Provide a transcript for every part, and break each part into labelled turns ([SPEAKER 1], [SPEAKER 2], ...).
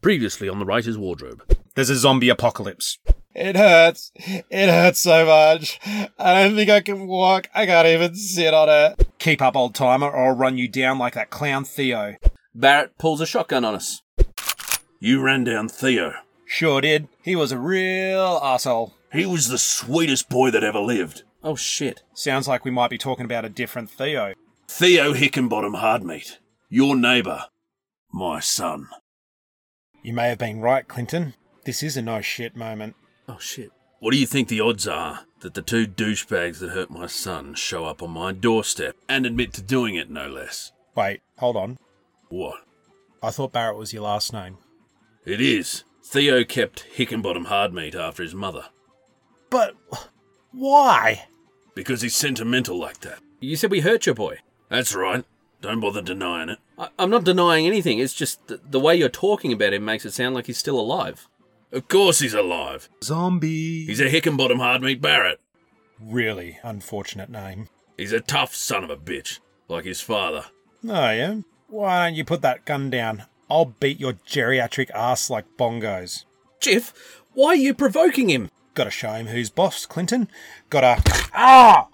[SPEAKER 1] Previously on the writer's wardrobe.
[SPEAKER 2] There's a zombie apocalypse.
[SPEAKER 3] It hurts. It hurts so much. I don't think I can walk. I can't even sit on it.
[SPEAKER 2] Keep up, old timer, or I'll run you down like that clown Theo.
[SPEAKER 4] Barrett pulls a shotgun on us.
[SPEAKER 5] You ran down Theo.
[SPEAKER 2] Sure did. He was a real asshole.
[SPEAKER 5] He was the sweetest boy that ever lived.
[SPEAKER 4] Oh shit.
[SPEAKER 2] Sounds like we might be talking about a different Theo.
[SPEAKER 5] Theo Hickenbottom Hardmeat. Your neighbour. My son.
[SPEAKER 3] You may have been right, Clinton. This is a no shit moment.
[SPEAKER 4] Oh shit.
[SPEAKER 5] What do you think the odds are that the two douchebags that hurt my son show up on my doorstep and admit to doing it, no less?
[SPEAKER 3] Wait, hold on.
[SPEAKER 5] What?
[SPEAKER 3] I thought Barrett was your last name.
[SPEAKER 5] It is. Theo kept Hickenbottom Hardmeat after his mother
[SPEAKER 3] But why?
[SPEAKER 5] because he's sentimental like that.
[SPEAKER 4] You said we hurt your boy.
[SPEAKER 5] That's right. Don't bother denying it.
[SPEAKER 4] I- I'm not denying anything. It's just th- the way you're talking about him makes it sound like he's still alive.
[SPEAKER 5] Of course he's alive.
[SPEAKER 2] Zombie.
[SPEAKER 5] He's a Hickenbottom Hardmeat Barrett.
[SPEAKER 3] Really unfortunate name.
[SPEAKER 5] He's a tough son of a bitch, like his father.
[SPEAKER 3] No, yeah? Why don't you put that gun down? I'll beat your geriatric ass like bongos.
[SPEAKER 4] Jiff, why are you provoking him?
[SPEAKER 3] Gotta show him who's boss, Clinton. Gotta. Ah!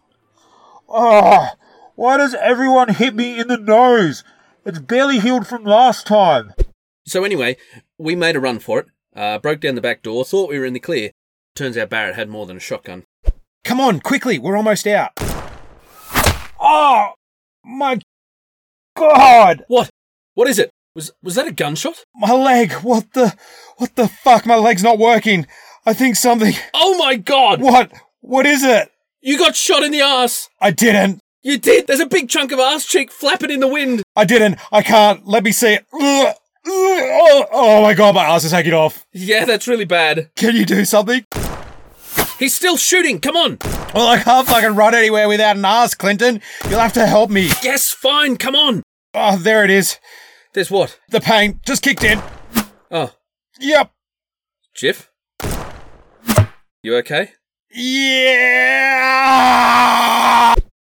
[SPEAKER 3] Ah! Why does everyone hit me in the nose? It's barely healed from last time.
[SPEAKER 4] So anyway, we made a run for it. Uh, broke down the back door. Thought we were in the clear. Turns out Barrett had more than a shotgun.
[SPEAKER 3] Come on, quickly, we're almost out. Oh! My God!
[SPEAKER 4] What? What is it? Was was that a gunshot?
[SPEAKER 3] My leg! What the. What the fuck? My leg's not working. I think something.
[SPEAKER 4] Oh my god!
[SPEAKER 3] What? What is it?
[SPEAKER 4] You got shot in the ass.
[SPEAKER 3] I didn't.
[SPEAKER 4] You did. There's a big chunk of ass cheek flapping in the wind.
[SPEAKER 3] I didn't. I can't. Let me see it. Ugh. Ugh. Oh, oh my god, my ass is hanging off.
[SPEAKER 4] Yeah, that's really bad.
[SPEAKER 3] Can you do something?
[SPEAKER 4] He's still shooting. Come on.
[SPEAKER 3] Well, I can't fucking run anywhere without an ass, Clinton. You'll have to help me.
[SPEAKER 4] Yes, fine. Come on.
[SPEAKER 3] Oh, there it is.
[SPEAKER 4] There's what?
[SPEAKER 3] The pain just kicked in.
[SPEAKER 4] Oh,
[SPEAKER 3] Yep.
[SPEAKER 4] Jiff. You okay?
[SPEAKER 3] Yeah.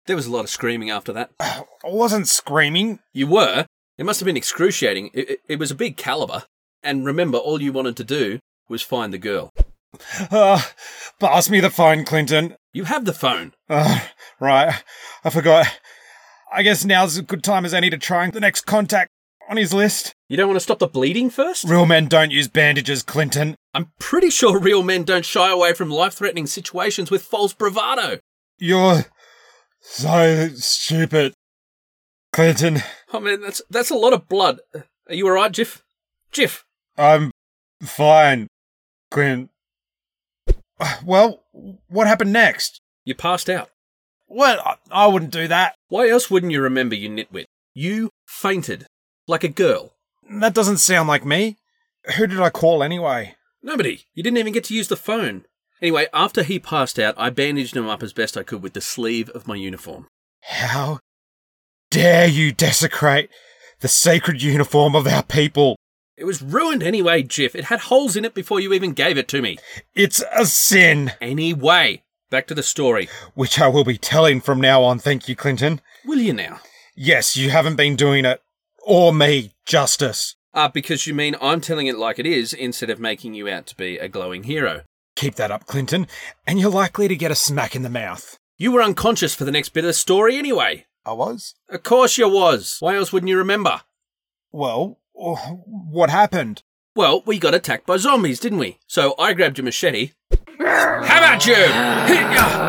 [SPEAKER 4] There was a lot of screaming after that.
[SPEAKER 3] I wasn't screaming.
[SPEAKER 4] You were. It must have been excruciating. It, it, it was a big caliber. And remember, all you wanted to do was find the girl.
[SPEAKER 3] Uh, pass me the phone, Clinton.
[SPEAKER 4] You have the phone.
[SPEAKER 3] Uh, right. I forgot. I guess now's as good time as any to try the next contact on his list.
[SPEAKER 4] You don't want to stop the bleeding first?
[SPEAKER 3] Real men don't use bandages, Clinton.
[SPEAKER 4] I'm pretty sure real men don't shy away from life threatening situations with false bravado.
[SPEAKER 3] You're so stupid, Clinton.
[SPEAKER 4] Oh man, that's that's a lot of blood. Are you alright, Jiff? Jiff,
[SPEAKER 3] I'm fine, Clint. Well, what happened next?
[SPEAKER 4] you passed out.
[SPEAKER 3] Well, I, I wouldn't do that.
[SPEAKER 4] Why else wouldn't you remember, you nitwit? You fainted. Like a girl.
[SPEAKER 3] That doesn't sound like me. Who did I call anyway?
[SPEAKER 4] Nobody. You didn't even get to use the phone. Anyway, after he passed out, I bandaged him up as best I could with the sleeve of my uniform.
[SPEAKER 3] How dare you desecrate the sacred uniform of our people?
[SPEAKER 4] It was ruined anyway, Jiff. It had holes in it before you even gave it to me.
[SPEAKER 3] It's a sin,
[SPEAKER 4] Anyway, back to the story.
[SPEAKER 3] which I will be telling from now on, thank you, Clinton.
[SPEAKER 4] Will you now?
[SPEAKER 3] Yes, you haven't been doing it, or me, justice.
[SPEAKER 4] Ah, because you mean I'm telling it like it is instead of making you out to be a glowing hero.
[SPEAKER 3] Keep that up, Clinton, and you're likely to get a smack in the mouth.
[SPEAKER 4] You were unconscious for the next bit of the story anyway.
[SPEAKER 3] I was?
[SPEAKER 4] Of course you was. Why else wouldn't you remember?
[SPEAKER 3] Well, oh, what happened?
[SPEAKER 4] Well, we got attacked by zombies, didn't we? So I grabbed your machete. How about you?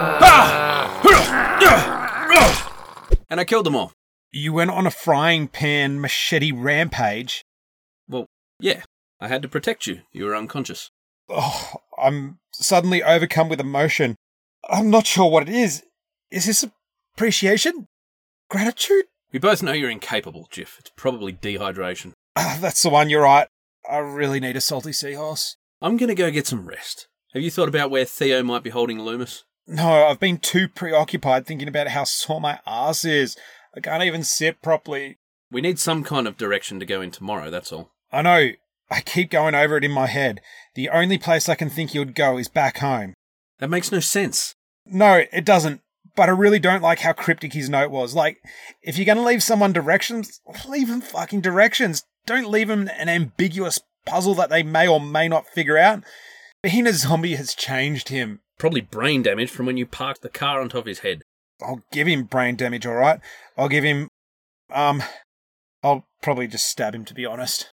[SPEAKER 4] And I killed them all.
[SPEAKER 3] You went on a frying pan machete rampage.
[SPEAKER 4] Well, yeah. I had to protect you. You were unconscious.
[SPEAKER 3] Oh, I'm suddenly overcome with emotion. I'm not sure what it is. Is this appreciation? Gratitude?
[SPEAKER 4] We both know you're incapable, Jiff. It's probably dehydration.
[SPEAKER 3] Ah, that's the one, you're right. I really need a salty seahorse.
[SPEAKER 4] I'm gonna go get some rest. Have you thought about where Theo might be holding Loomis?
[SPEAKER 3] No, I've been too preoccupied thinking about how sore my ass is. I can't even sit properly.
[SPEAKER 4] We need some kind of direction to go in tomorrow, that's all.
[SPEAKER 3] I know. I keep going over it in my head. The only place I can think you'd go is back home.
[SPEAKER 4] That makes no sense.
[SPEAKER 3] No, it doesn't. But I really don't like how cryptic his note was. Like, if you're going to leave someone directions, leave them fucking directions. Don't leave them an ambiguous puzzle that they may or may not figure out. Being a zombie has changed him.
[SPEAKER 4] Probably brain damage from when you parked the car on top of his head.
[SPEAKER 3] I'll give him brain damage, all right? I'll give him. Um. I'll probably just stab him, to be honest.